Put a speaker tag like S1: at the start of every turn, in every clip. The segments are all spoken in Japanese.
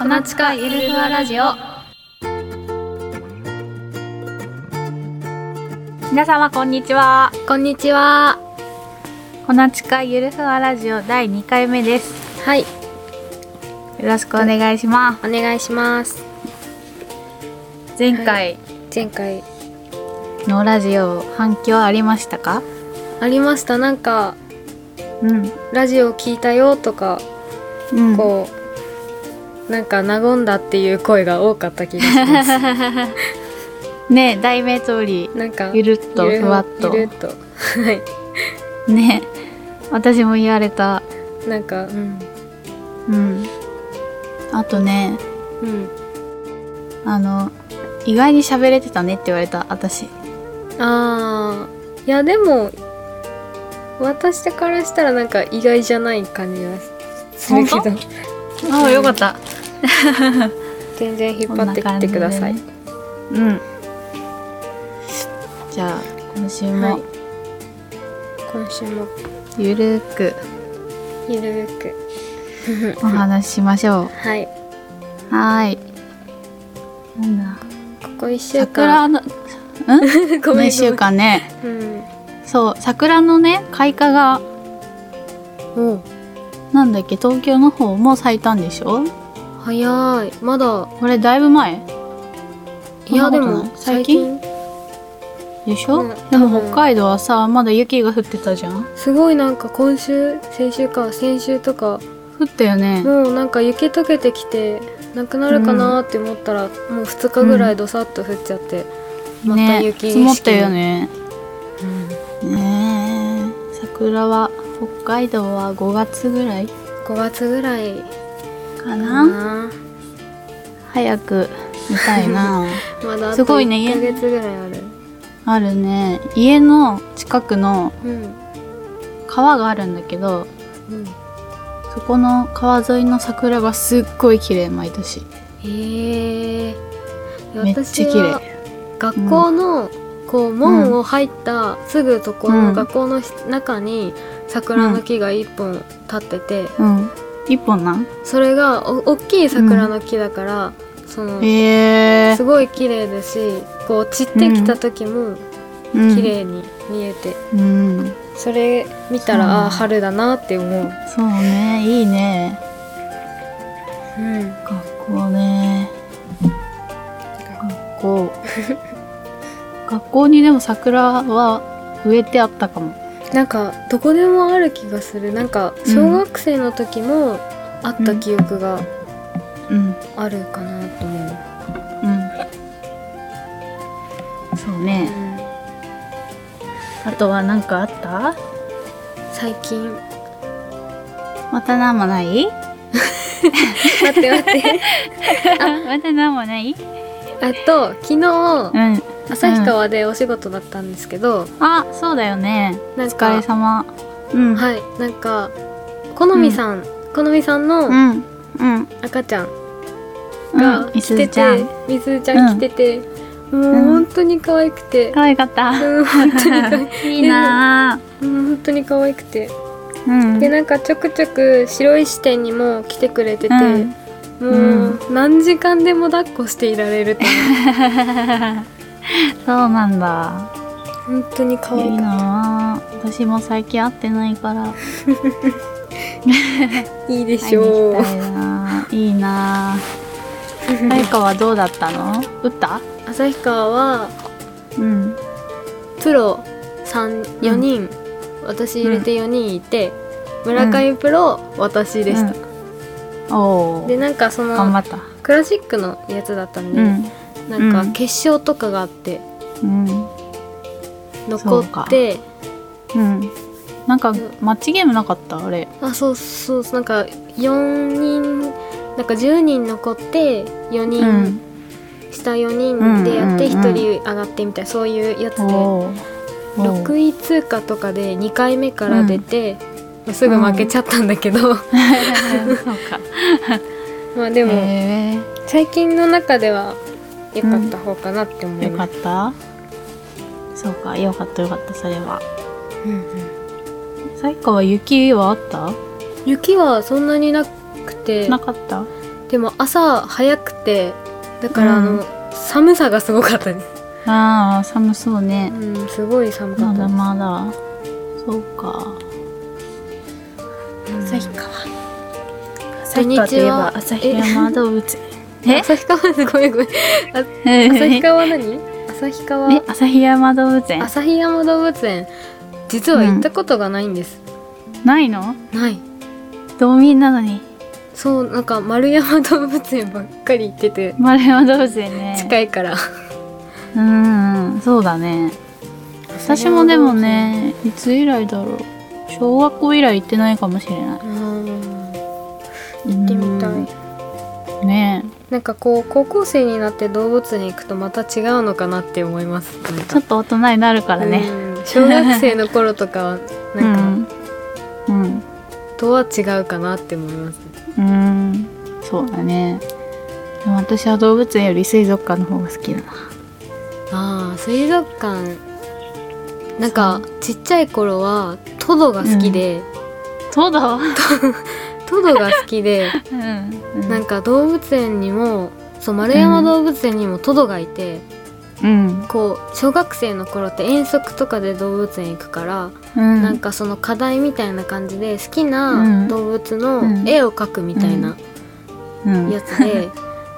S1: ナチカゆるふわラジオ
S2: 皆様こんにちは
S1: こんにちは
S2: ほなちかゆるふわラジオ第2回目です
S1: はい
S2: よろしくお願いしま
S1: お願いします
S2: す前回
S1: 前回
S2: のラジオ反響ありましたか
S1: ありましたなんか
S2: うん
S1: ラジオ聞いたよとか、
S2: うん
S1: こうなんか和んだっていう声が多かった気がします
S2: ね題名通り
S1: なんか
S2: ゆるっと
S1: ゆる
S2: ふわっと
S1: ゆるっとはい
S2: ね私も言われた
S1: なんかうん
S2: うんあとね
S1: うん
S2: あの意外に喋れてたねって言われた私
S1: あーいやでも私からしたらなんか意外じゃない感じがするけど
S2: ああよかった
S1: 全然引っ張ってきてください、
S2: こうんじゃあ今週
S1: は
S2: も
S1: い今週も
S2: ゆるーく
S1: ゆるーく
S2: お話ししましょう
S1: はい
S2: はーい。なんだ。
S1: ここ1週間
S2: 桜 の、ん
S1: ご
S2: この
S1: めん
S2: 一週間ね。
S1: ごめん
S2: そう、桜のね、開花が、
S1: うんお
S2: なんだっけ、東京の方も咲いたんでしょ
S1: 早いまだ
S2: これだいぶ前
S1: いやでも
S2: そんなことない最近でしょ、
S1: うん
S2: で
S1: 多
S2: も
S1: 分
S2: 北海道はさ、まだ雪が降ってたじゃん
S1: すごいなんか今週先週か先週とか
S2: 降ったよね。
S1: もうなんか雪溶けてきてなくなるかなーって思ったら、もう2日ぐらいどさっと降っちゃって、また
S2: ね、
S1: 雪景色
S2: 積もったよね。
S1: うん、
S2: ねえ。桜は、北海道は5月ぐらい
S1: 5月ぐらい
S2: か
S1: か
S2: な
S1: な
S2: 早く見たい な
S1: まだあと
S2: すごいね
S1: 1ヶ月ぐらいある
S2: あるね。家の近くの
S1: うん
S2: 川があるんだけど
S1: うん
S2: そこの川沿いの桜がすっごい綺麗毎年
S1: へえ
S2: めっちゃ綺麗
S1: 学校のこう門を入ったすぐとこ
S2: う
S1: の
S2: ん
S1: 学校のひ中に桜の木が一本立ってて
S2: うん一本なん
S1: それがお大きい桜の木だから、その
S2: へえ
S1: すごい綺麗だしこう散ってきた時も綺麗に見えて、
S2: うん、うん
S1: それ見た
S2: そうなん
S1: ら
S2: だ
S1: あー春だなって思う、
S2: そうねいいね
S1: うん、
S2: 学校ね学校 学校にでも桜は植えてあったかも
S1: なんかどこでもある気がするなんか小学生の時もあった記憶が
S2: うん
S1: あるかなと思う、
S2: うんそうねあとは何かあった
S1: 最近
S2: また何もない
S1: 待って待って
S2: また何もない
S1: あと昨日
S2: うん
S1: 旭川でお仕事だったんですけど、
S2: あ、そうだよね。
S1: なん
S2: お
S1: か
S2: 疲れ様。うん。い。
S1: はいなんか好みさん、好みさん
S2: う
S1: の
S2: ん。うん。
S1: 赤ちゃん
S2: う
S1: が
S2: ん。み
S1: 来
S2: す
S1: て
S2: ずち
S1: て、
S2: ゃん。
S1: みすずちゃん来てて、もう本当に可愛くて、
S2: 可愛かった。
S1: うん、本当に可愛
S2: いいなぁ。
S1: うん本当に可愛くて
S2: うん。
S1: でなんかちょくちょく白石店にも来てくれてて、
S2: うん
S1: もう何時間でも抱っこしていられると 思
S2: そうなんだ。
S1: う本当に可
S2: い
S1: 愛
S2: い
S1: かっ
S2: なぁ。私も最近会ってないから。
S1: たいい
S2: 会
S1: でし
S2: いに
S1: ょう
S2: 行きたいなぁ。いいなぁ。彩香はどうだったの打った
S1: 旭川は
S2: うん。
S1: プロ34人、私入れて4人いて、村上プロ、私でした、
S2: うん。おお。
S1: でなんかそ
S2: 頑張
S1: の
S2: った。
S1: クラシックのやつだったんで、
S2: うん。
S1: なん
S2: う
S1: か
S2: ん
S1: 決勝とかがあって
S2: うん。
S1: 残って
S2: うん。なんか、マッチゲームなかったあれ。
S1: あそうそうなんか4人なんか10人残って4人、
S2: うん
S1: 下4人でやって
S2: うんうんうん
S1: 1人上がってみたいなそういうやつで
S2: おーおー。
S1: 6位通過とかで2回目から出て、すぐ負けちゃったんだけど、
S2: そうか。
S1: まあでも、
S2: へ
S1: 最近の中では良かった方かなって思
S2: え
S1: い
S2: よか
S1: ま
S2: っ
S1: す、
S2: た。そうか、よかったよかった、それは。
S1: うんうん
S2: 最後は雪はあった？
S1: 雪はそんなになくて
S2: なかった。
S1: でも朝早くてだからあの、
S2: うん
S1: 寒さがすごかったね
S2: ああ寒そうね
S1: うんすごい寒か
S2: ま
S1: った
S2: だ
S1: です
S2: まだそうか
S1: うん
S3: 旭川旭川といえば旭山動物え
S1: 旭川すごいごめん 旭川は何旭川
S2: え旭山動物園
S1: 旭山動物園実は行ったことがないんです、
S2: ないの
S1: ない
S2: 道民なのに
S1: そうなんか丸山動物園ばっかり行ってて
S2: 丸山動物園ね
S1: 近いから
S2: うんうんそうだね私もでもねいつ以来だろう小学校以来行ってないかもしれない
S1: うん
S2: 行
S1: 行ってみたい
S2: いねえ
S1: なんかこう高校生になって動物園行くとまた違うのかなって思いますなん
S2: ちょ
S1: か
S2: っと大人になるからね
S1: うん小学生の頃とかは
S2: う
S1: なんか
S2: んうん
S1: とは違うかなって思います
S2: うんそうだねでも私は動物園より水族館の方が好きだな
S1: ああ水族館なんかちっちゃい頃はトドが好きで、
S2: そうだ
S1: トドが好き で
S2: うん
S1: なんか動物園にもそう丸山動物園にもトドがいて、
S2: うん
S1: こう小学生の頃って遠足とかで動物園行くから、
S2: うん
S1: なんかその課題みたいな感じで好き
S2: う
S1: なん動物の絵を描くみたいな
S2: うん
S1: やつ で、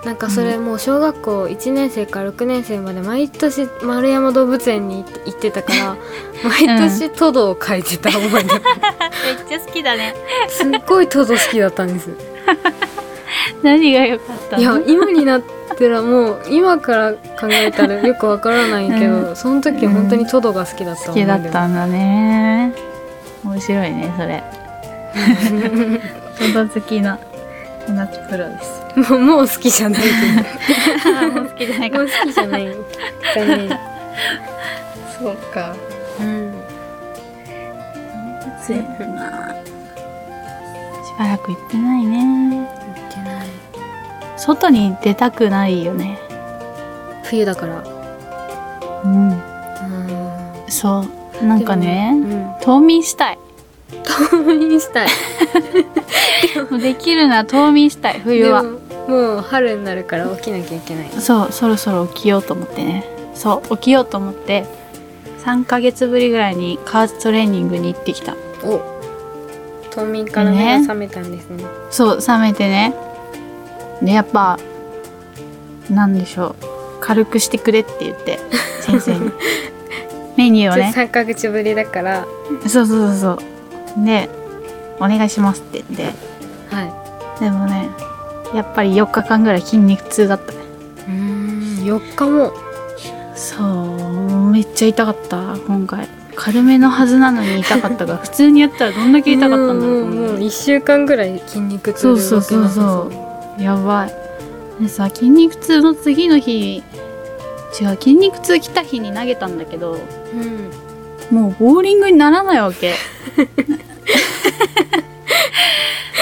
S1: なんかそれもう小学校1年生から6年生まで毎年丸山動物園に行ってたから 毎年トドを描いてた思い出、
S2: めっちゃ好きだね
S1: すっごいトド好きだったんです
S2: 何が良かったの
S1: いや今になったらもう今から考えたらよくわからないけど、
S2: う
S1: その時本当にトドが好きだった
S2: 好
S1: 思い
S2: き
S1: 出
S2: だったんだね面白いねそ れトド好きな友達プロです
S1: もう もう好きじゃないけ
S2: もう好きじゃない
S1: どもう好きじゃない残念
S2: そうか
S1: うん
S2: しばらく行ってないね
S1: 行ってない
S2: 外に出たくないよね
S1: 冬だから
S2: うん
S1: な
S2: そうなんか
S1: う
S2: ね
S1: ん、
S2: 冬眠したい
S1: 冬眠したい
S2: できるなら冬眠したい冬
S1: でも
S2: は
S1: もう春になるから起きなきゃいけない
S2: そうそろそろ起きようと思ってねそう起きようと思って3ヶ月ぶりぐらいにカーズトレーニングに行ってきた
S1: お冬眠から目が覚めたんですね
S2: そう冷めてねでやっぱなんでしょう軽くしてくれって言って先生 にメニューをね
S1: 3ヶ月ぶりだから
S2: そうそうそうそうでお願いしますって言って
S1: は
S2: でもねやっぱり4日間ぐらい筋肉痛だったね
S1: いうーん4日も
S2: そうめっちゃ痛かった今回軽めのはずなのに痛かったが普通にやったらどんだけ痛かったんだろうと
S1: もう
S2: 思
S1: もう
S2: う
S1: 1週間ぐらい筋肉痛
S2: そうそうそうそうやばいでさ筋肉痛の次の日違う筋肉痛来た日に投げたんだけど
S1: う、うん、
S2: もうボーリングにならないわ け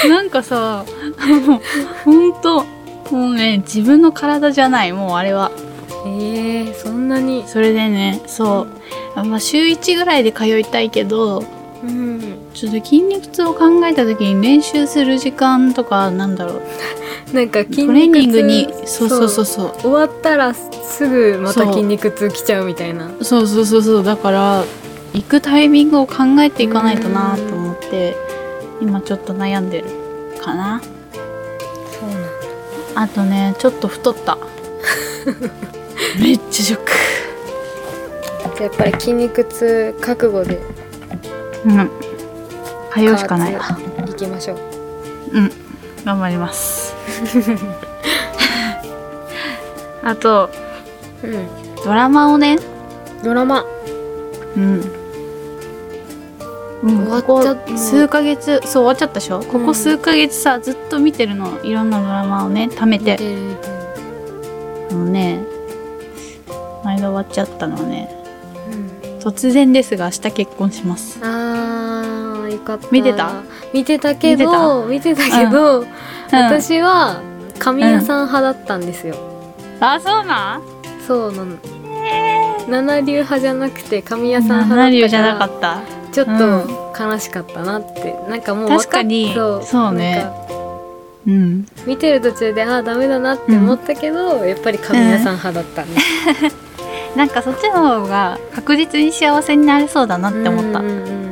S2: なんかさ もうほんともうね自分の体じゃないもうあれは
S1: えー、そんなに
S2: それでねそう、まあ、週1ぐらいで通いたいけど
S1: うん
S2: ちょっと筋肉痛を考えた時に練習する時間とかなんだろう
S1: なんか筋肉痛
S2: トレーニングにそうそうそうそう
S1: 終わったらすぐまた
S2: そう
S1: 筋肉痛きちゃうみたいな
S2: そうそうそうそうだから行くタイミングを考えていかないとなと思って今ちょっと悩んでるかな
S1: そうなん
S2: あとねちょっと太った めっちゃショック
S1: やっぱり筋肉痛覚悟で
S2: うん通うしかないわ
S1: 加圧行きましょう
S2: うん頑張ります あと
S1: うん
S2: ドラマをね
S1: ドラマ
S2: うんうん、
S1: 終わっちゃ
S2: こ
S1: っ
S2: こ数ヶ月そう終わっちゃったでしょここ数ヶ月さ、ずっと見てるのいろんなドラマをね貯めてあのね、前が終わっちゃったのはね、突然ですが明日結婚します。
S1: あーよかった
S2: 見てた
S1: 見てたけど見てたけど、
S2: 私、
S1: 私は神谷さん派だったんですよ、
S2: あ、そうなん
S1: そうなの七流派じゃなくて神谷さん
S2: 七
S1: 派だ
S2: 流
S1: った
S2: じゃなか
S1: か
S2: らった。
S1: ちょっと悲しかったなってなんかもう
S2: 確かに
S1: そう
S2: そうね
S1: なんか
S2: うん。
S1: 見てる途中でああダメだなって思ったけど、やっぱり神谷さん派だったね、
S2: なんかそっちの方が確実に幸せになれそうだなって思った。
S1: うんうんうん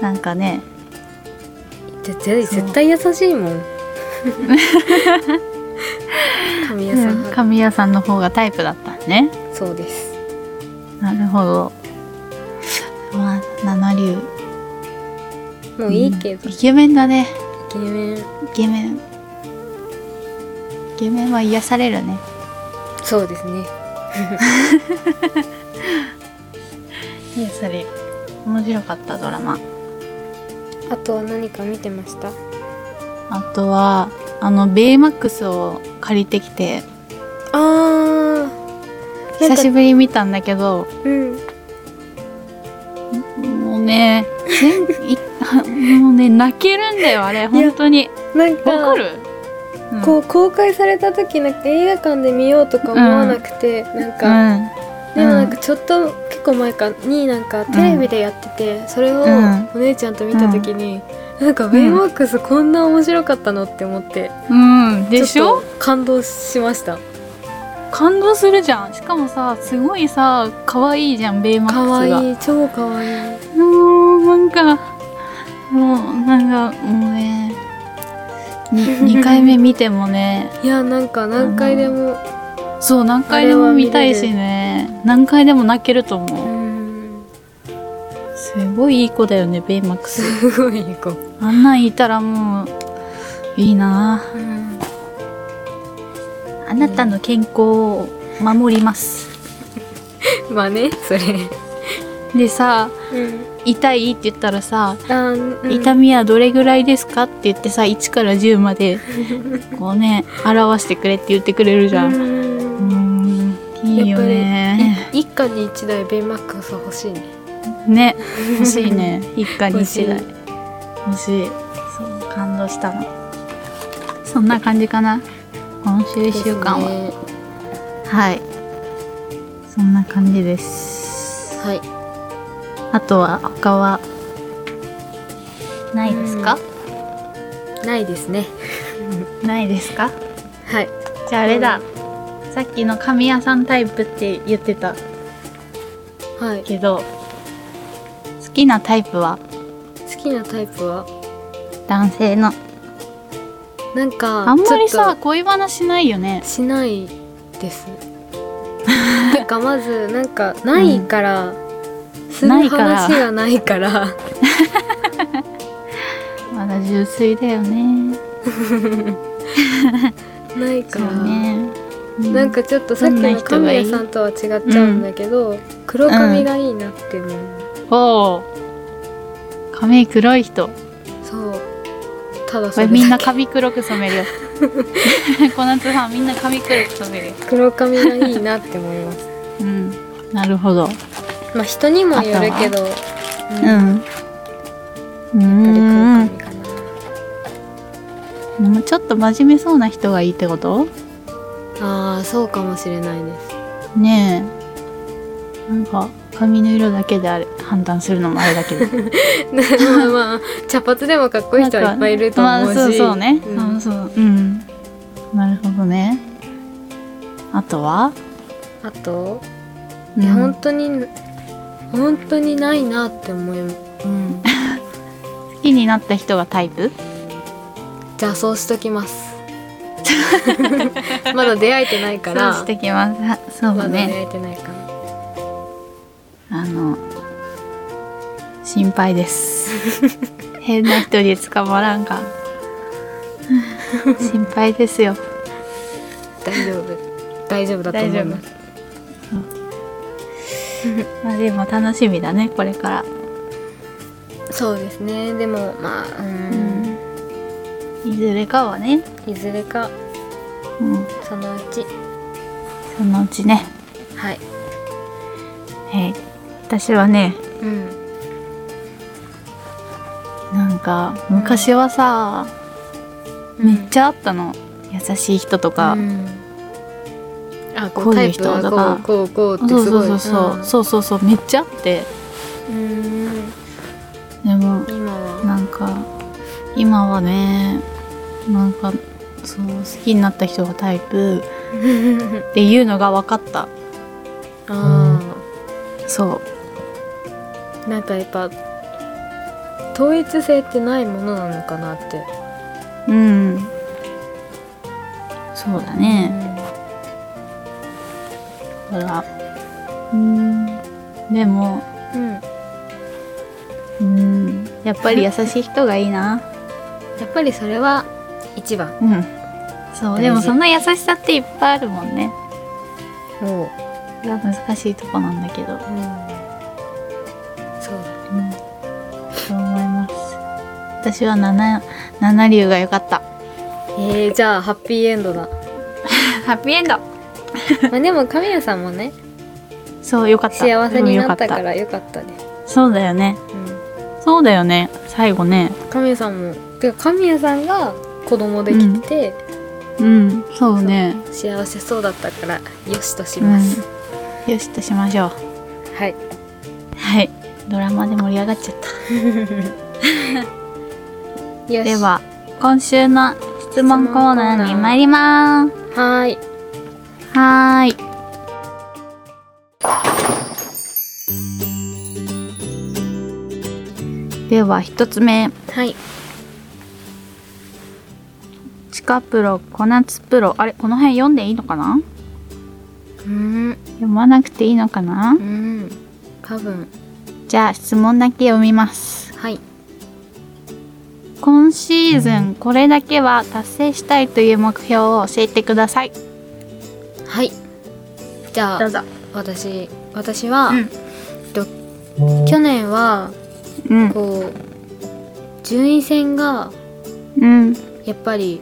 S2: なんかね、
S1: ぜぜ
S2: そう
S1: 絶対優しいもん神谷さん
S2: うん、
S1: 派、
S2: 神谷さんの方がタイプだったんね。
S1: そうです
S2: なるほど。まあ、七流。
S1: もういいけど、
S2: うんイケメンだね。
S1: イケメン
S2: イケメン。イケメンは癒されるね。
S1: そうですね
S2: 癒される。面白かったドラマ。
S1: あとは何か見てました
S2: あとは、あの、ベイマックスを借りてきて、
S1: あー
S2: 久しぶりに見たんだけど、
S1: うん
S2: もうね、全いもうね、泣けるんだよ、あれ、本当に。
S1: なん
S2: わか
S1: か
S2: る、うん
S1: こう公開された時なんか映画館で見ようとか思わなくて、なん
S2: う
S1: か、
S2: ん。
S1: でもなんかちょっと結構前かになんかテレビでやってて、それを
S2: うん
S1: お姉ちゃんと見た時に、なんかベイマックスこんな面白かったのって思って、
S2: うん、でし
S1: ちょ
S2: ょ
S1: っと感動しました
S2: 感動するじゃん。しかもさ、すごいさ、可愛いじゃん、ベイマックスが。
S1: 可愛い超可愛い
S2: もうなんかもうなんかもうね に2回目見てもね
S1: いやなんか何回でも
S2: そう何回でも見たいしね何回でも泣けると
S1: う
S2: 思うんすごいいい子だよねベイマックス
S1: すごい子、う、
S2: あんなんいたらもういいなんあなたの健康を守ります
S1: まあねそれ、
S2: でさ
S1: うん
S2: 痛いって言ったらさ
S1: あーうん、
S2: 痛みはどれぐらいですかって言ってさ1から10までこうね表してくれって言ってくれるじゃん
S1: うん
S2: うーんいいよね。
S1: 一家に一台ベイマックスは欲しいね
S2: ね、欲しいね。一家に一台。
S1: 欲し
S2: 欲しい。そう、感動したの。そんな感じかな。今週一週間は。
S1: ですね
S2: はい。そんな感じです。
S1: はい
S2: あとは、他は、ないですか、
S1: ないですね
S2: ないですか
S1: はい
S2: じゃああれだ。さっきの神谷さんタイプって言ってた
S1: はい
S2: けど、好きなタイプは
S1: 好きなタイプは
S2: 男性の。
S1: なんか
S2: あんまり
S1: ちょ
S2: さ
S1: っ
S2: 恋話しないよね
S1: と。しないです なんかまずなんかないから、する
S2: ないから
S1: 話がないから
S2: まだ純粋だよね。
S1: ない
S2: そ
S1: から
S2: うね。う
S1: なんかちょっとさっき
S2: どん
S1: の
S2: な人
S1: 神
S2: がいい
S1: 谷さんとは違っちゃうんだけど、黒髪がいいなって思う、
S2: おお。髪黒い人。
S1: そうただ
S2: こ
S1: それ
S2: れ
S1: だけ
S2: みんな髪黒く染める よ。小夏さんみんな髪黒く染めるよ。
S1: 黒髪がいいなって思います
S2: うん。なるほど。
S1: まあ人にもよるけど
S2: う
S1: やっ
S2: ん。
S1: ぱ
S2: うー
S1: り黒髪かな
S2: ん。もうちょっと真面目そうな人がいいってこと
S1: あーそうかもしれないです
S2: ねえ。なんか髪の色だけであれ判断するのもあれだ けど。
S1: ねまあ まあ茶髪でもかっこいい人はいっぱいいると思うし、
S2: まあ、そうそうね、
S1: うん
S2: そうそううんなるほどねあとは
S1: あと、
S2: うん
S1: いや本当に本当にないなって思う、うん、
S2: 好きになった人がタイプ
S1: じゃあそうしときます まだ出会えてないか
S2: そう
S1: ら
S2: してきますあそう
S1: ま
S2: だ
S1: だ
S2: ね、
S1: 出会えてないかな
S2: あの心配です 変な人に捕まらんか心配ですよ
S1: 大丈夫大丈夫だと思います
S2: まあでも楽しみだねこれから
S1: そうですねでもまあうん、
S2: いずれかはね、
S1: いずれか
S2: うん、
S1: そのうち
S2: そのうちね、
S1: はい
S2: えー私はね
S1: うん
S2: なんか昔はさ、めっちゃあったの優しい人とか、
S1: うんあこ
S2: こ
S1: う
S2: う
S1: タ
S2: いう
S1: イプ
S2: 人
S1: は
S2: だから
S1: こうこうこうって
S2: そう
S1: す
S2: そ
S1: ご
S2: う
S1: い
S2: そうそう、そうそうそうめっちゃあって
S1: うんうん
S2: でも
S1: 今は
S2: なんか今はねなんかそう好きになった人がタイプっていうのが分かった
S1: あ
S2: そう
S1: ーなんかやっぱ統一性ってないものなのかなって、
S2: うんそうだねだからうんでも
S1: うん、や
S2: うんやっぱり優しい人がいいな
S1: っぱりそれは一番
S2: うんそうで
S1: 大
S2: も
S1: 事
S2: その優しさっていっぱいあるもんね
S1: もう、
S2: が難しいとこなんだけど、
S1: そうだ
S2: うん、そう思います私は七七流が良かった
S1: えー、じゃあハッピーエン ドだ
S2: ハッピーエンド
S1: まあでも神谷さんもね
S2: そう良かった
S1: 幸せになったか
S2: でも良
S1: らよかったです、
S2: たそうだよね
S1: うん、
S2: そうだよね最後ね
S1: 神谷さんもてか神谷さんが子供できて、
S2: うんそうね
S1: 幸せそうだったからよしとします、
S2: よしとしましょう
S1: はい
S2: はいドラマで盛り上がっちゃった
S1: よ
S2: で
S1: し
S2: は今週の質問コーナーに参りまーす
S1: はーい
S2: はーいでは一つ目
S1: はい
S2: ちかプロ小夏プロあれこの辺読んでいいのかな
S1: うん
S2: 読まなくていいのかな
S1: うん多分
S2: じゃあ質問だけ読みます
S1: はい
S2: 今シーズンこれだけは達成したいという目標を教えてください
S1: はいじゃあ
S2: ぞ
S1: 私私は、
S2: うん
S1: えっと去年は
S2: うん
S1: こう順位戦が
S2: うん
S1: やっぱり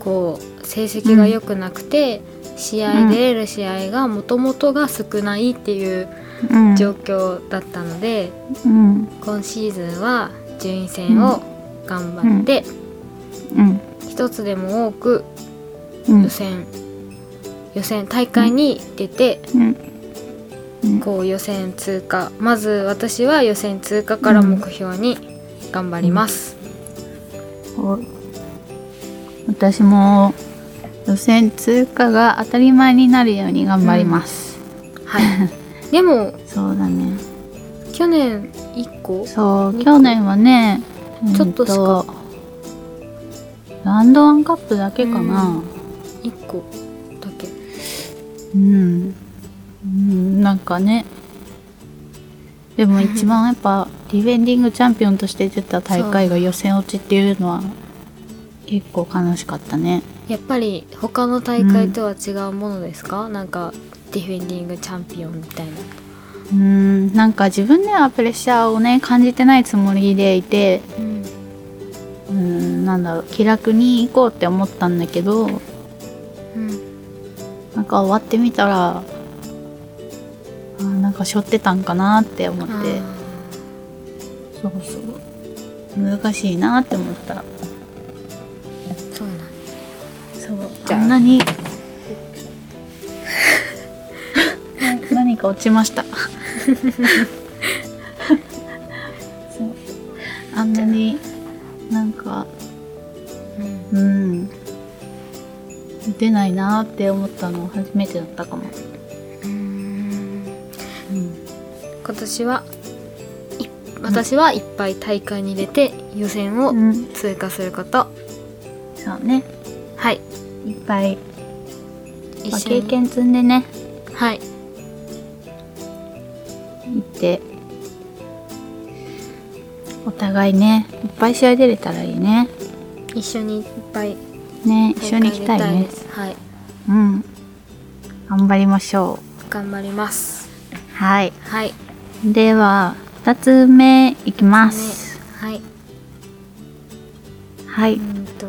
S1: こう成績が良くなくて、試合出れる試合がもともとが少ないっていう
S2: うん
S1: 状況だったので、
S2: うん
S1: 今シーズンは順位戦を頑張って
S2: うん
S1: 一つでも多く
S2: うん
S1: 予選、予選大会に出て、
S2: うんうん
S1: こう予選通過まず私は予選通過から目標に頑張ります、
S2: 私も予選通過が当たり前になるように頑張ります、
S1: はいでも
S2: そうだね
S1: 去年1個
S2: そう去年はね
S1: ちょっとしか
S2: えっとランドワンカップだけかな
S1: 1個だけ
S2: うん、うん、なんかねでも一番やっぱディフェンディングチャンピオンとして出た大会が予選落ちっていうのは結構悲しかったね
S1: やっぱり他の大会とは違うものですか、なんかディフェンディングチャンピオンみたいな
S2: うーんなんか自分ではプレッシャーをね感じてないつもりでいて
S1: うん
S2: うーんなんだろう気楽に行こうって思ったんだけど
S1: うん
S2: なんか終わってみたらあーなんか背負ってたんかなって思って
S1: あ
S2: そうそう難しいなって思った
S1: ーそうなんだ
S2: そう
S1: じゃあ
S2: あんなにな 何か落ちましたそうあんなになんか
S1: うん
S2: うん出ないなって思ったの初めてだったかも、
S1: うん
S2: うん、
S1: 今年はい私はいっぱい大会に出て予選を
S2: うん、
S1: 通過すること、
S2: そうね
S1: はい
S2: いっぱいまあ
S1: 一緒
S2: 経
S1: に
S2: 験積んでね
S1: はい
S2: 行ってお互いねいっぱい試合出れたらいいね
S1: 一緒にいっぱい
S2: ね
S1: 大
S2: 一緒
S1: 会
S2: に行きたい
S1: 出
S2: ね
S1: ですはい
S2: うん頑張りましょ
S1: 頑張ります
S2: うはい
S1: はい
S2: では2つ目いきます
S1: はい
S2: は
S1: う
S2: い
S1: んと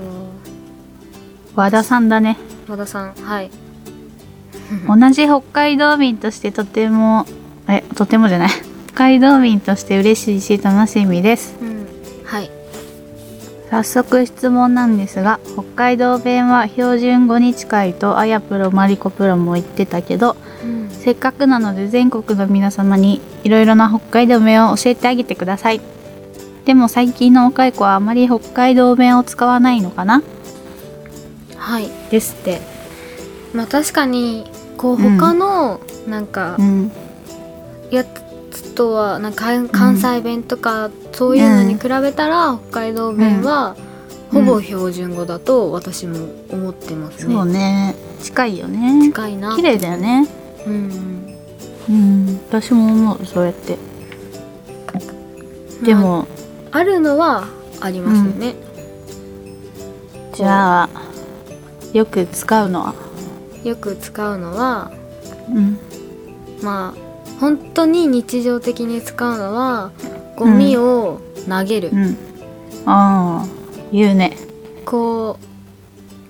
S2: 和田さんだね
S1: 和田さんはい
S2: 同じ北海道民としてとてもえとてもじゃない北海道民として嬉しいし楽しみです
S1: うんはい
S2: 早速質問なんですが北海道弁は標準語に近いとあやプロマリコプロも言ってたけど
S1: うん
S2: せっかくなので全国の皆様にいろいろな北海道弁を教えてあげてくださいでも最近の若い子はあまり北海道弁を使わないのかな
S1: はい
S2: ですって。
S1: まあ確かにこう
S2: うん
S1: 他のなんか
S2: うん。
S1: やつとはなんか関関西弁とかそういうのに比べたら北海道弁は
S2: う
S1: ほ
S2: ん
S1: ぼ標準語だと私も思ってます
S2: そう
S1: ね。
S2: ね。近いよね。
S1: 近いな。
S2: 綺麗だよね。
S1: うん
S2: うん。私も思う、そうやって。
S1: うん。
S2: でも、
S1: まああるのはありますよね。
S2: じゃあ、よく使うのは。
S1: よく使うのは
S2: うん。
S1: まあ本当に日常的に使うのはゴミを投げる、
S2: うん。ああ、言うね。
S1: こう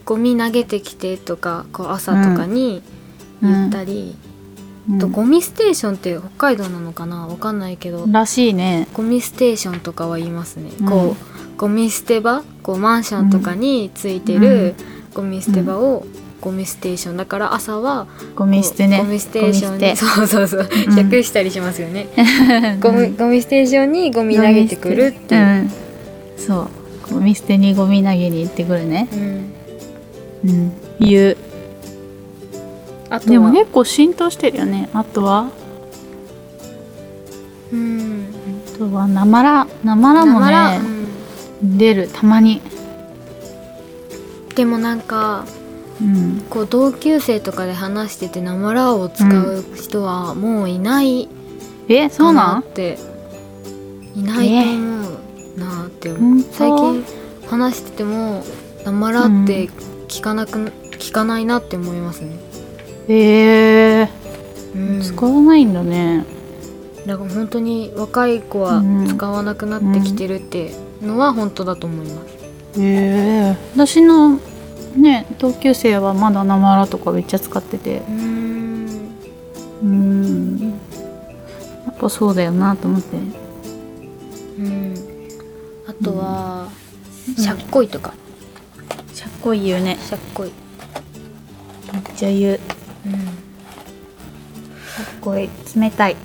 S1: ゴミ投げてきてとかこう朝とかに言ったり、
S2: うん
S1: あとゴミステーションって北海道なのかなわかんないけど、
S2: らしいね。
S1: ゴミステーションとかは言いますね、
S2: うん
S1: こうゴミ捨て場こうマンションとかについてるゴミ捨て場をゴミステーションだから朝は
S2: ゴミ捨てね。
S1: ゴミステーションに
S2: ゴミ捨
S1: そうそうそう、
S2: ん
S1: 略したりしますよね
S2: て
S1: ゴミゴミステーションにゴミ投げてくるっていう、
S2: んそうゴミ捨てにゴミ投げに行ってくるね
S1: うん
S2: うん言う
S1: あとは
S2: でも結構浸透してるよねあとは
S1: うん
S2: あとはなまらなまらも
S1: だから、
S2: ね出るたまに
S1: うんでもなんか
S2: うん
S1: こう同級生とかで話しててなまらを使う人はもういない
S2: えそ
S1: か
S2: うな
S1: なんって、いないと思うなって思う、
S2: え
S1: 最
S2: ほ
S1: 近話しててもなまらって聞かなく、聞かないなって思いますね、
S2: え
S1: うん、
S2: ー、使わないんだね
S1: だから本当に若い子は使わなくなってきてるってのは本当だと思います、
S2: えー、私のね同級生はまだなまらとかめっちゃ使ってて
S1: うん
S2: うんやっぱそうだよなと思って
S1: うん、あとは、しゃっこいとか
S2: しゃっこい言うね
S1: しゃっこい、
S2: めっちゃ言うかっこいい冷たい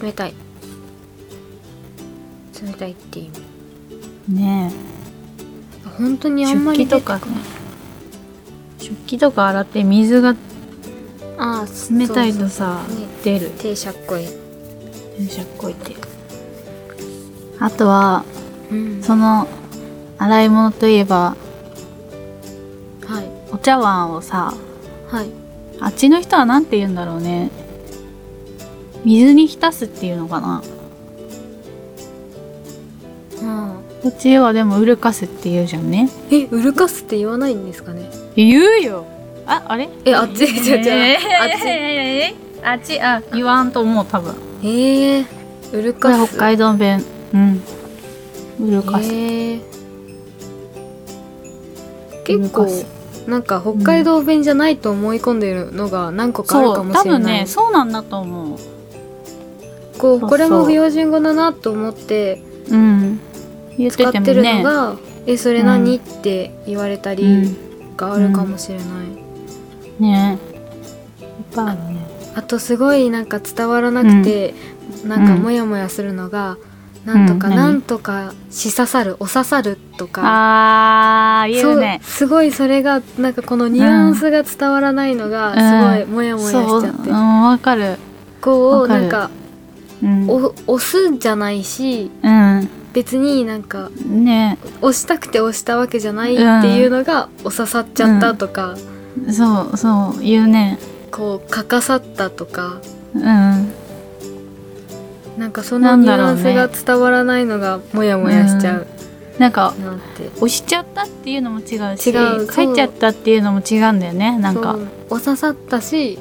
S1: 冷たい冷たいって意味
S2: ね
S1: 本当に
S2: え
S1: あんま
S2: 食
S1: り
S2: 器とかね食器とか洗って水が
S1: ああ
S2: 冷たいとさ
S1: そうそうね
S2: 出る
S1: 手しゃっこい、
S2: しゃっこいってあとは
S1: うん
S2: その洗い物といえば
S1: はい
S2: お茶碗をさ
S1: はい
S2: あっちの人は何て言うんだろうね水に浸すっていうのかな
S1: あ
S2: こっちはでもうるかすって言うじゃんね
S1: ーえうるかすって言わないんですかね
S2: 言うよああれ
S1: えあっちじゃじゃあっち
S2: えーあっちあ言わんと思う多分
S1: えー、うる
S2: これ
S1: かす
S2: 北海道弁うんうるかす、
S1: へー結
S2: う
S1: 構
S2: るかす
S1: なんか北海道弁じゃないと思い込んでるのが何個かある
S2: そ
S1: か
S2: う
S1: も
S2: 多
S1: しれ
S2: 分
S1: ない、
S2: ねそうなんだと思う
S1: こう
S2: そう
S1: これも標準語だなと思って
S2: うん言っ
S1: 使
S2: て
S1: って
S2: も
S1: てるの
S2: ね
S1: が「えそれ何?」って言われた
S2: う
S1: りがあるかもしれない、
S2: んねいっぱいあるね
S1: あとすごいなんか伝わらなくて、なんか
S2: うん
S1: モヤモヤするのが「なんとか、
S2: うん何
S1: なんとかし刺さるお刺さる」とか。
S2: あー言うね
S1: そうすごいそれがなんかこのニュアンスが伝わらないのがすごいモヤモヤしちゃ
S2: そ
S1: っ
S2: う
S1: て、
S2: うんわかる
S1: こ
S2: わ
S1: う
S2: か
S1: な
S2: る
S1: んか
S2: うん
S1: お押すんじゃないし
S2: う
S1: 別になんか
S2: んね
S1: 押したくて押したわけじゃないっていうのが、お刺さっちゃったとか、
S2: そうそう言うね
S1: こうかかさったとか
S2: うん
S1: なんかそのニュアンス
S2: な
S1: が
S2: ん
S1: 伝わらないのがモヤモヤしちゃう
S2: なんか
S1: なって、
S2: 押しちゃったっていうのも違うし
S1: 違うそう
S2: 帰っちゃったっていうのも違うんだよねなんか
S1: そうお刺さったし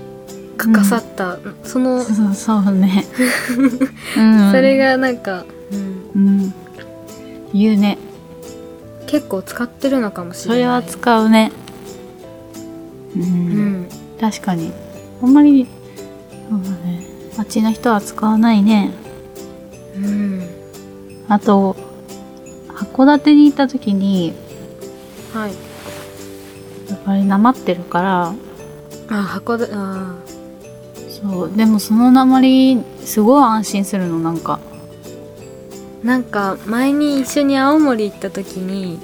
S1: かかさった、その、
S2: そうそうそう ねうん
S1: それがなんか、うん
S2: うん言うね
S1: 結構使ってるのかもし
S2: そ
S1: れ
S2: れ
S1: な
S2: はい使うねうん、
S1: うん
S2: 確かにあんまりそうだねあっちの人は使わないね
S1: うん
S2: あと函館に行った時に
S1: はい
S2: やっぱりなまってるから
S1: あ箱だあ
S2: そうでもそのなまりすごい安心するのなんか
S1: ーなんか前に一緒に青森行った時に、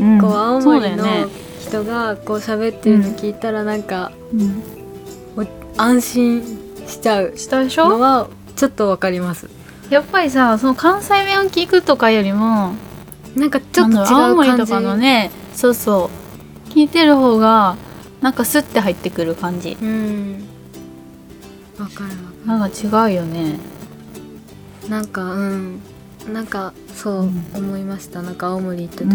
S2: うん
S1: こう青
S2: そうだよ
S1: 森の
S2: ね
S1: 人がこう喋ってるの聞いたらなんか安心しちゃう
S2: したでし
S1: の
S2: ょ
S1: はちょっとわかります
S2: やっぱりさその関西弁を聞くとかよりも
S1: なんかちょっ
S2: な
S1: と違うん
S2: だろ青
S1: 感じ
S2: 森とかのねそうそう聞いてる方がなんかスッて入ってくる感じ
S1: うんわかるわか
S2: なんか違うよね
S1: るなんかうんなんかそう
S2: うん
S1: 思いました、なんか青森行った時に、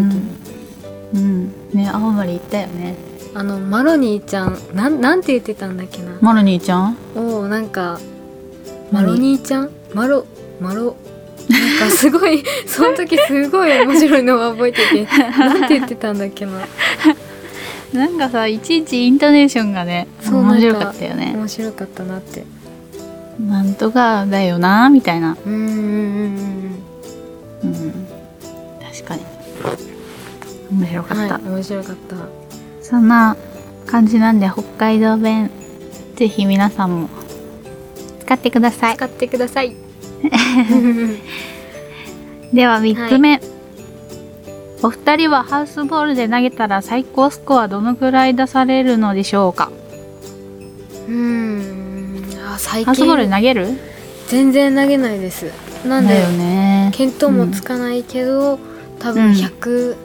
S2: うんね青森行ったよね
S1: あのマロニーちゃんなんなんて言ってたんだっけな、
S2: マロニーちゃん
S1: をなんかマロニーちゃんマロマロなんかす ごいその時すごい面白いのを覚えててなんて言ってたんだっけな
S2: なんかさいちいちイントネーションがね
S1: そう
S2: 面白かったよね
S1: 面白かったなって
S2: なんとかだよなみたいな
S1: うんうんうん
S2: うん確かに面白
S1: うん
S2: か
S1: は
S2: っ
S1: い
S2: た、
S1: 面白 かった
S2: そんな感じなんで北海道弁ぜひ皆さんも使ってください
S1: 使ってください
S2: では3つ目、お二人はハウスボールで投げたら最高スコアどのくらい出されるのでしょうか
S1: うんあ最
S2: ハウスボール
S1: 近
S2: で投げる
S1: 全然投げないですなんで
S2: だよね
S1: 見当もつかないけど、多
S2: うん
S1: 分110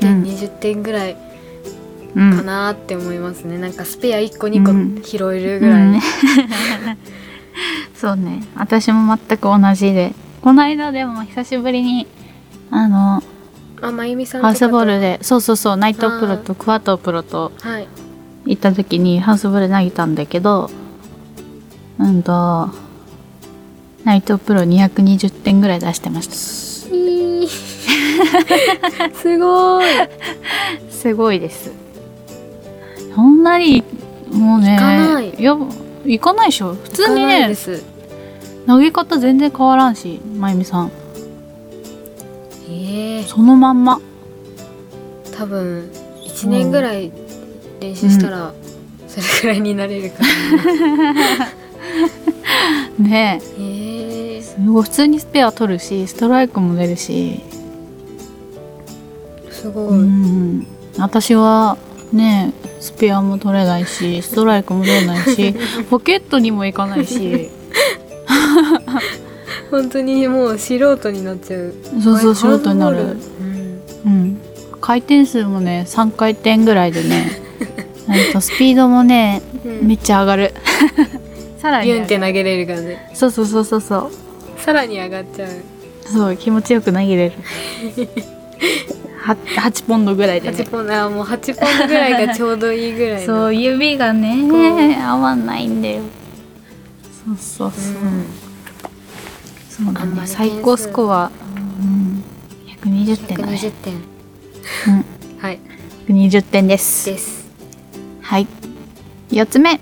S1: 点、
S2: うん
S1: 20点ぐらい
S2: うん
S1: かなって思いますねなんかスペア1個
S2: うん
S1: 2個拾えるぐらい、
S2: うん ねそうね私も全く同じでこの間でも久しぶりにあの
S1: あまゆみさんと
S2: ハ
S1: か
S2: ウス
S1: と
S2: ボールでそうそうそうナイトプロとクワトプロと
S1: はい
S2: 行った時にハウスボール投げたんだけどうんとナイトプロ220点ぐらい出してましたす
S1: いいすごい行
S2: ごいですそんなにもうね
S1: 行かない
S2: や行かないでしょ普通
S1: か
S2: に
S1: ないで
S2: ね
S1: す
S2: 投げ方全然変わらんしまゆみさん
S1: ええ
S2: そのまんま
S1: 多分1年ぐらい練習したらそれぐらいになれるから な、
S2: ね
S1: ええす
S2: え普通にスペア取るしストライクも出るし、
S1: すごい、
S2: うん私はねえスペアも取れないしストライクも取れない しポケットにもいかないし
S1: 本当にもう素人になっちゃう
S2: そうそう
S1: あれ
S2: 仕事にな
S1: ハ
S2: る
S1: ードボールうん
S2: うん、回転数もね3回転ぐらいでねうんとスピードもね
S1: うん
S2: めっちゃ上がるさらに
S1: ビュン
S2: 上
S1: っ
S2: がる
S1: て投げれるからね
S2: そうそうそうそうそう
S1: さらに上がっちゃう
S2: そう気持ちよく投げ れるは8ポンドぐらいでね
S1: 8ポンドあもう8ポンドぐらいがちょうどいいぐらいの
S2: そう指がね合わないんだよそうそうそう、
S1: うん
S2: そうだ
S1: あんま
S2: ね
S1: り
S2: 最高スコア、うん、120点だね
S1: 120点はい
S2: 120点です
S1: です
S2: はい4つ目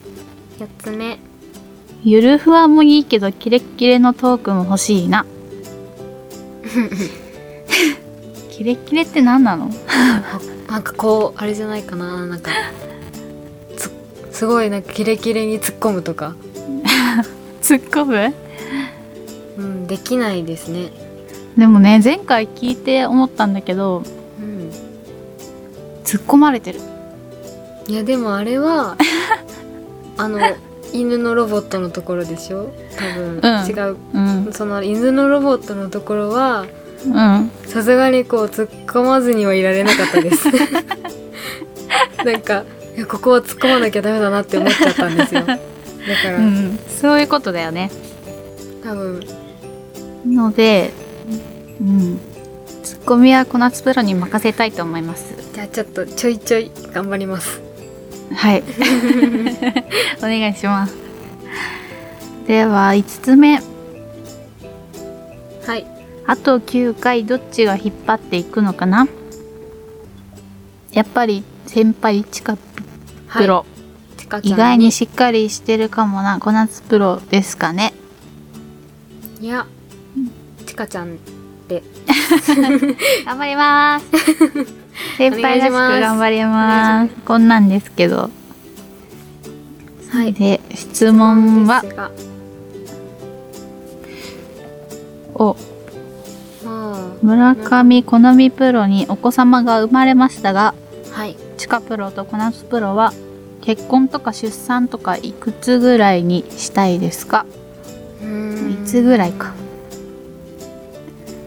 S1: 4つ目
S2: ゆるふわもいいけどキレッキレのトークも欲しい なキレッキレって何なの
S1: なんかこうあれじゃないかななんかつすごいなんかキレキレに突っ込むとか、
S2: 突っ込む
S1: うん、できないですね、
S2: でもね前回聞いて思ったんだけど
S1: うん、
S2: 突っ込まれてる
S1: いやでもあれ はあの犬のロボットのところでしょ多
S2: う
S1: 分、
S2: ん
S1: 違
S2: うん
S1: うその犬のロボットのところは
S2: うん
S1: さすがにこう突っ込まずにはいられなかったです なんかいやここは突っ込まなきゃダメだなって思っちゃったんですよだから、
S2: うん、そういうことだよね。
S1: 多分
S2: ので、うん、ツッコミは小夏プロに任せたいと思います。
S1: じゃあちょっとちょいちょい頑張ります
S2: はい。 お願いします。では、5つ目。
S1: はい
S2: あと9回どっちが引っ張っていくのかなやっぱり先輩近プロ、
S1: はい、ちかちゃん
S2: 意外にしっかりしてるかもな小夏プロですかね
S1: いやちかちゃんで
S2: 頑張ります。先輩らしく
S1: お願いします
S2: 頑張ります。こんなんですけど。
S1: はい
S2: で、質問は
S1: で、すが
S2: お、
S1: ま
S2: 村上好みプロにお子様が生まれましたが、
S1: あはい
S2: チカプロとコナツプロは結婚とか出産とかいくつぐらいにしたいですかいつぐらいか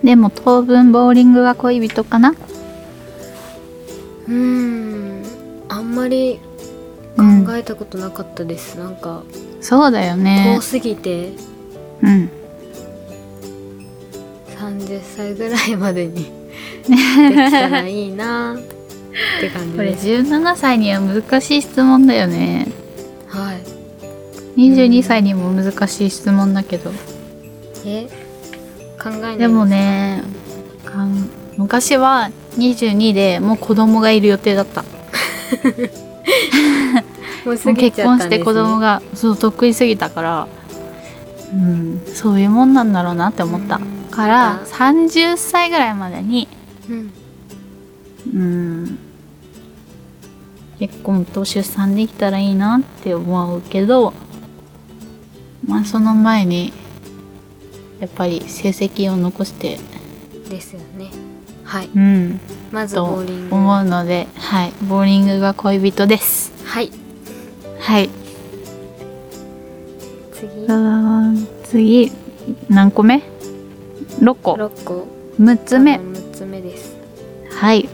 S2: でも当分ボーリングが恋人かな
S1: うーんあんまり考えたことなかったです、なんか
S2: そうだよね
S1: 遠すぎて
S2: うん
S1: 30歳ぐらいまでに できたらいいなって感じ
S2: これ
S1: です
S2: 17歳には難しい質問だよね
S1: はい
S2: 22歳にも難しい質問だけど
S1: え考えない
S2: でもねかん昔は22でもう子供がいる予定だった
S1: もう過
S2: もう
S1: ぎ
S2: 結
S1: ちゃっ
S2: 婚
S1: た
S2: し
S1: んで
S2: て
S1: す、ね、
S2: 子供がそう得意すぎたから、うん、そういうもんなんだろうなって思った、
S1: うん
S2: から
S1: あ
S2: 30歳ぐらいまでに、
S1: うん
S2: うん、結婚と出産できたらいいなって思うけどまあその前にやっぱり成績を残して、
S1: ですよねはい
S2: うん、
S1: まず
S2: と
S1: ボーリング
S2: 思うので、はい、ボーリングが恋人です。
S1: はい
S2: はい、次
S1: 次
S2: 何個目 ?6 個
S1: 6個
S2: 6つ目
S1: 6つ目です
S2: はい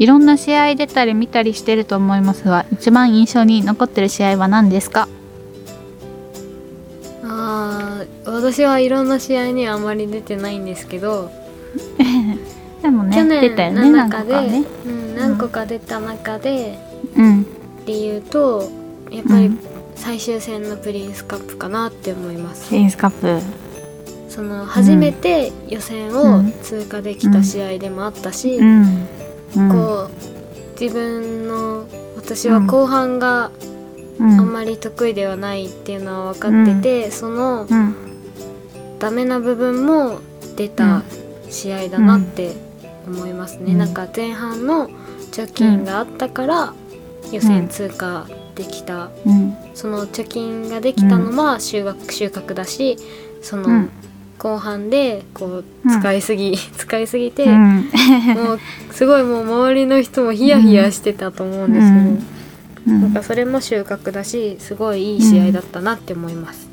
S2: いろんな試合出たり見たりしてると思いますが一番印象に残ってる試合は何ですか
S1: あー私はいろんな試合にはあまり出てないんですけど、
S2: でもね
S1: 去年
S2: 出たよね
S1: の
S2: 何個
S1: 中で
S2: かね
S1: うん、何個か出た中で、
S2: うん
S1: 理由とやっぱり
S2: うん
S1: 最終戦のプリンスカップかなって思います、
S2: プリンスカップ
S1: その初めて予選
S2: う
S1: を
S2: ん
S1: 通過できた試合でもあったし、
S2: うん、うん
S1: こう自分の私は後半が
S2: う
S1: あ
S2: ん
S1: んまり得意ではないっていうのは分かってて、その
S2: うん
S1: ダメな部分も出た試合だなって思いますね、
S2: うん
S1: なんか前半の貯金があったから予選通過できた、
S2: うん
S1: その貯金ができたのは収穫収穫だしその、
S2: うん
S1: 後半でこう
S2: うん
S1: 使いすぎ、 使いすぎて、
S2: うん
S1: もうすごいもう周りの人もヒヤヒヤしてたと思うんですけど、
S2: う
S1: な
S2: ん
S1: んかそれも収穫だしすごいいい試合だったなって思います。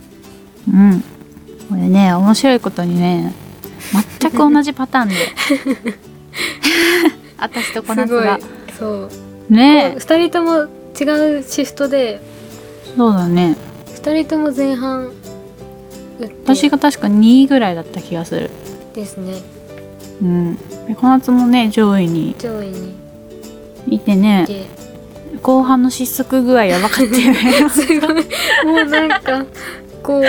S2: うん。これね、面白いことにね、全く同じパターン で。私とこな
S1: す
S2: つ
S1: ごい
S2: が。
S1: そう
S2: ね
S1: 2人とも違うシフトで
S2: そうだね。
S1: 2人とも前半打って
S2: 私が確か2位ぐらいだった気がする。
S1: ですね
S2: うん。でこなつもね、上位に
S1: 上位に
S2: いてね
S1: い、て
S2: 後半の失速具合やばかったよね。
S1: すごいもうなんかこ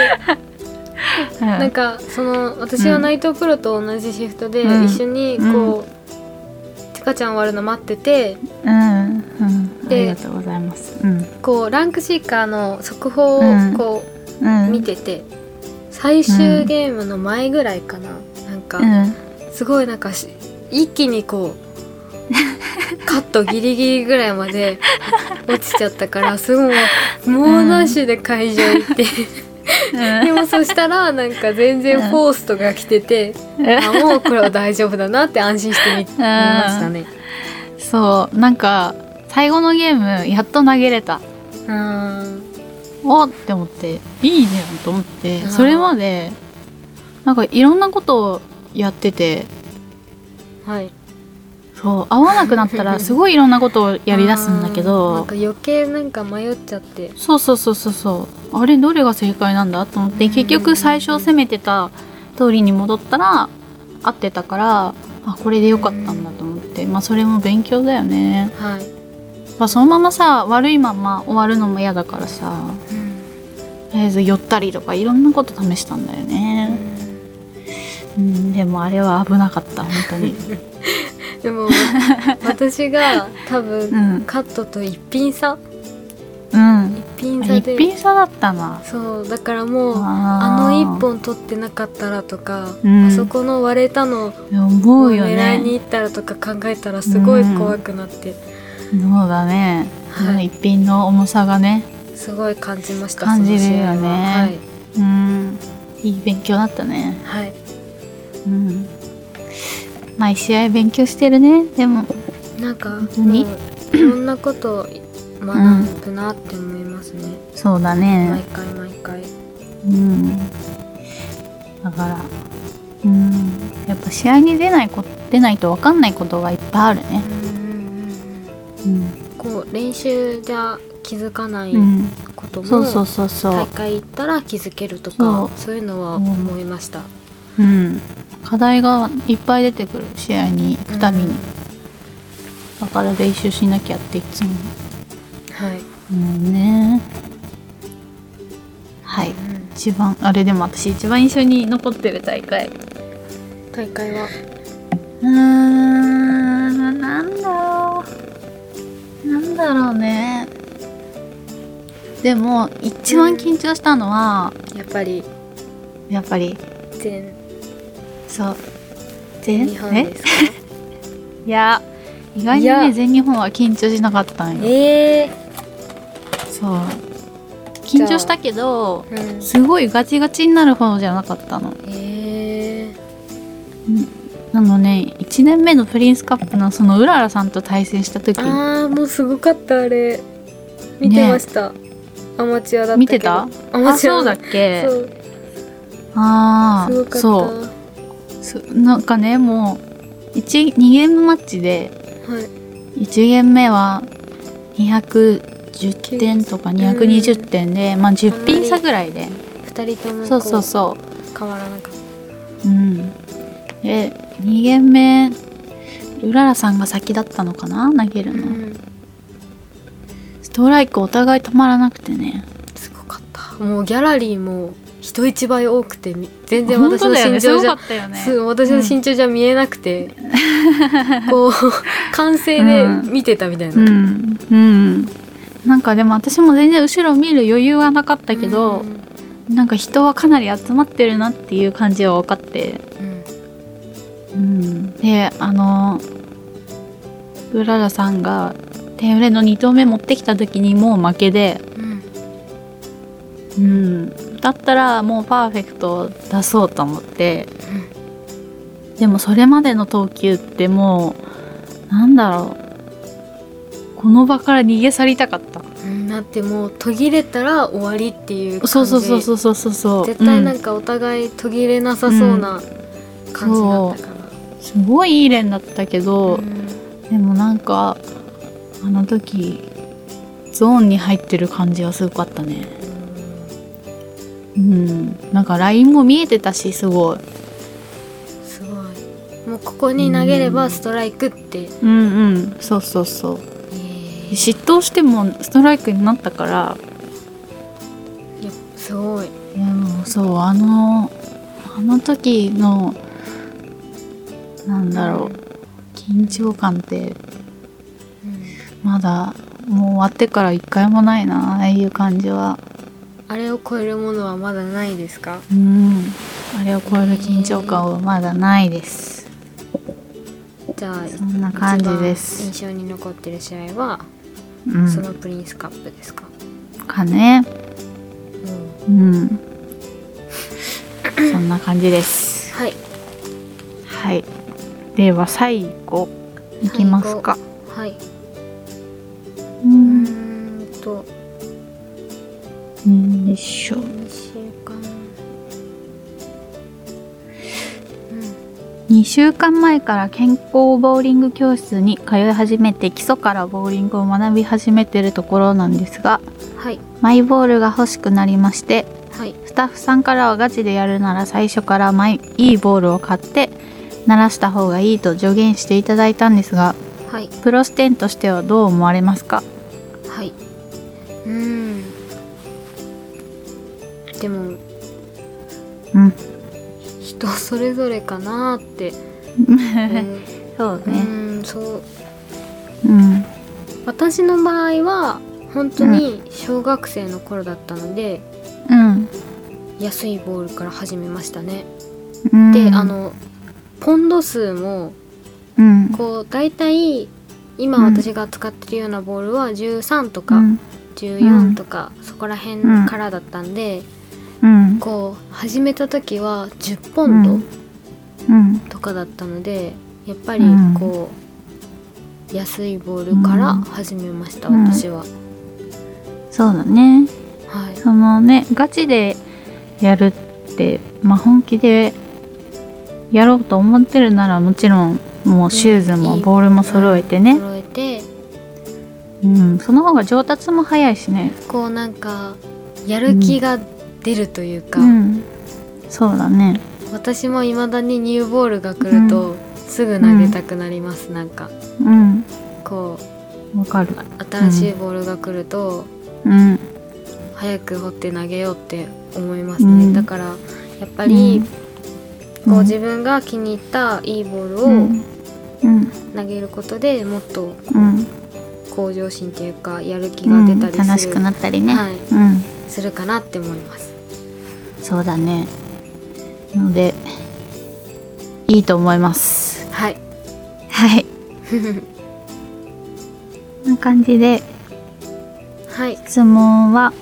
S1: う
S2: な
S1: なん、かその私は内藤プロと同じシフトで
S2: うん
S1: 一緒にこうちかちゃん終わるの待ってて
S2: うん、うん。あ
S1: で
S2: りがとうございます。うん。
S1: こうランクシーカーの速報を
S2: うん
S1: こ
S2: う。
S1: うん見てて最終ゲームの前ぐらいかななんか
S2: うん。
S1: すごいなんかし一気にこ うカットギリギリぐらいまで落ちちゃったからすごいもう猛ダッシュで会場行って。でもそしたらなんか全然フォーストが来てて、あもうこれは大丈夫だなって安心して見見ましたね。
S2: そう、なんか、最後のゲーム、やっと投げれた。
S1: うん
S2: おって思っていいじゃんと思って
S1: うん
S2: それまでなんかいろんなことをやってて
S1: はい、
S2: そう合わなくなった らすごいいろんなことをやりだすんだけ
S1: うんなん
S2: ど
S1: か余計なんか迷っちゃって
S2: そうそうそうそうそうあれどれが正解なんだと思って
S1: うん
S2: 結局最初攻めてた通りに戻ったら合ってたからあこれでよかったんだと思ってまあそれも勉強だよね、
S1: はい、
S2: まあ、そのままさ悪いまま終わるのも嫌だからさとりあえず寄ったりとかいろんなこと試したんだよね。うん、でもあれは危なかった本当 に
S1: でも私が多
S2: う
S1: 分
S2: ん
S1: カットと一品差
S2: うん
S1: 一品
S2: あ
S1: 差
S2: 一
S1: で
S2: 品差だったな
S1: そうだからもうあ
S2: あ
S1: の
S2: ー
S1: 一本取ってなかったらとか、
S2: うん
S1: あそこの割れたの
S2: 思
S1: を
S2: うよ
S1: 狙いに
S2: ね
S1: 行ったらとか考えたらすごい怖くなって、
S2: そうだね、
S1: はい
S2: 一品の重さがね
S1: すごい感じました
S2: 感じるよね
S1: その試合は
S2: うんいい勉強だったね
S1: はい、はい
S2: うん毎試合勉強してるねでも
S1: なんか
S2: 本当に
S1: もういろんなことを学ぶなって思いますね、
S2: そうだ
S1: 毎
S2: ね
S1: 回毎回
S2: うんだからうんやっぱ試合に出ないこ出ないと分かんないことがいっぱいあるね
S1: うんうんうん
S2: うん、
S1: うんこう練習じゃ気づかない
S2: うん、
S1: ことも、
S2: そうそうそうそう
S1: 大会行ったら気づけると
S2: そ
S1: か
S2: う
S1: そういうのは思いました、
S2: うん、課題がいっぱい出てくる試合に行くたびに、
S1: うん
S2: だから練習しなきゃっていつも
S1: はい、
S2: 思うねはい一番あれでも私一番印象に残ってる大会
S1: 大会は
S2: うーんなんだろうなんだろうねでも一番緊張したのは、
S1: やっぱり
S2: やっぱり
S1: 全
S2: そう全
S1: 日本
S2: え
S1: ですか
S2: いや意外に
S1: いや
S2: ね全日本は緊張しなかったんよ
S1: ええ
S2: そう緊張したけど
S1: ーうん
S2: すごいガチガチになる方じゃなかったの
S1: え
S2: なのね1年目のプリンスカップのそのうららさんと対戦した時
S1: ー、あーもうすごかったあれ見てました、アマチュアだったけど
S2: 見てた
S1: ア
S2: あ
S1: マチュ
S2: そう
S1: ア
S2: だっけ
S1: そう
S2: あ
S1: すごかっ
S2: あ
S1: た
S2: そうすなんかねもう1 2ゲームマッチで
S1: はい
S2: 1ゲーム目は210点とか220点で、まあ10ピン差ぐらいで
S1: 二人ともこ
S2: そうそうそう
S1: 変わらなかっ
S2: うん、で2ゲーム目うららさんが先だったのかな投げる
S1: た、う
S2: の、
S1: ん、
S2: ストライクお互い止まらなくてね
S1: すごかったもうギャラリーも人一倍多くてみ全然私
S2: 本当
S1: の
S2: だよ
S1: 身
S2: ねす
S1: 長
S2: ご
S1: じ
S2: か
S1: ゃ
S2: ったよね
S1: そう私の身長じゃ見えなくて、こう完成で見てたみたいな、
S2: う
S1: うん
S2: んうんなんかでも私も全然後ろ見る余裕はなかったけど、なんか人はかなり集まってるなっていう感じは分かって、う
S1: うん
S2: ん、であのうららさんが手売れの2投目持ってきた時にもう負けで
S1: うん
S2: うん、だったらもうパーフェクトを出そうと思って、でもそれまでの投球ってもうなんだろうこの場から逃げ去りたかった
S1: うんだってもう途切れたら終わりっていう感じ
S2: そうそうそうそうそうそうそう
S1: 絶対なんんかお互い途切れなさそうな感じだったから、
S2: すごいいい連だったけど、
S1: うん
S2: でもなんかあの時ゾーンに入ってる感じがすごかったねうんなんかラインも見えてたしすごい
S1: すごいもうここに投げればストライクって、
S2: うんうんそうそうそう
S1: え
S2: 嫉妬してもストライクになったから
S1: ーいやすごい
S2: いやもうそうあのあの時のなんだろう緊張感って
S1: うん
S2: まだもう終わってから一回もないなああいう感じは
S1: あれを超えるものはまだないですか
S2: うんあれを超える緊張感はまだないです
S1: じゃあ
S2: そんな感じです、
S1: 一番印象に残ってる試合は、
S2: うん、
S1: そのプリンスカップですか、
S2: かね
S1: うん
S2: うんそんな感じです
S1: はい
S2: はいでは最後いきますか
S1: はいううんーんと
S2: うんでしょう
S1: 2週間うん
S2: 2週間前から健康ボーリング教室に通い始めて基礎からボーリングを学び始めてるところなんですが
S1: はい
S2: マイボールが欲しくなりまして
S1: はい
S2: スタッフさんからはガチでやるなら最初からマイいいボールを買って鳴らした方がいいと助言していただいたんですが
S1: はい
S2: プロ視点としてはどう思われますか
S1: はいうーんでも
S2: うん
S1: 人それぞれかなー って、うん
S2: そう
S1: うーんそう
S2: うん
S1: 私の場合は本当に小学生の頃だったので、
S2: うん
S1: 安いボールから始めましたね。
S2: うん
S1: であのポンド数も
S2: うん
S1: こう大体今私が使ってるようなボールは13と
S2: う
S1: か
S2: ん
S1: 14とかそこら辺からだったんで、
S2: うん
S1: こう始めた時は10ポン
S2: う
S1: ド
S2: ん
S1: とかだったのでやっぱりこう、安いボールから始めました、
S2: うん
S1: 私は、
S2: そうだね
S1: はい
S2: そのねガチでやるって、まあ、本気でやろうと思ってるならもちろんもうシューズも
S1: うん
S2: ボールも揃えてね、
S1: 揃えて
S2: うん、その方が上達も早いしね
S1: こうなんかやる気が出るというか、
S2: うんそうだね
S1: 私も未だにニューボールが来ると、すぐ投げたくなります、なんか
S2: うん
S1: こう
S2: わかる
S1: 新しいボールが来ると、
S2: うん
S1: 早く掘って投げようって思いますね、
S2: うん
S1: だからやっぱり、
S2: うん
S1: こう
S2: うん
S1: 自分が気に入ったいいボール
S2: う
S1: を
S2: んうん
S1: 投げることでもっと
S2: うん
S1: 向上心というかやる気
S2: う
S1: が出
S2: ん
S1: たりする、
S2: 楽しくなったりね、
S1: はい
S2: うん
S1: するかなって思います
S2: そうだねなのでいいと思います
S1: はい
S2: はいこんな感じで
S1: はい
S2: 質問は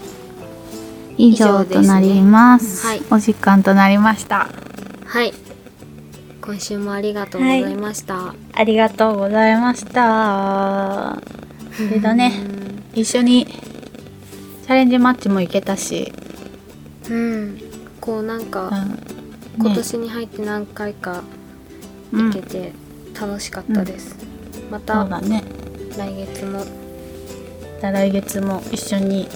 S2: 以上となります
S1: 以上ですね
S2: お時間となりました
S1: はい今週もありがとうございました、
S2: ありがとうございました
S1: うん
S2: それだね一緒にチャレンジマッチも行けたし、
S1: うんこうなん
S2: う
S1: か
S2: んね
S1: 今年に入って何回か
S2: うん
S1: 行けて楽しかったです、ま
S2: そ
S1: た
S2: うだね
S1: 来月も
S2: また来月も一緒に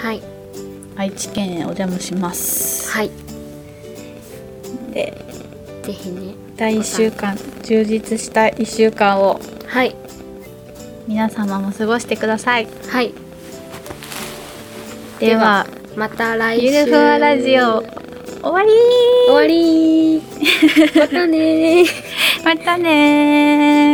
S1: はい
S2: 愛知県へお邪魔します
S1: はい
S2: で
S1: ぜひね
S2: 第1週間充実した1週間を
S1: はい
S2: 皆様も過ごしてください
S1: はい
S2: では
S1: また来週
S2: ゆるふわラジオ
S1: 終
S2: 終わり
S1: わりーまたねー
S2: またねー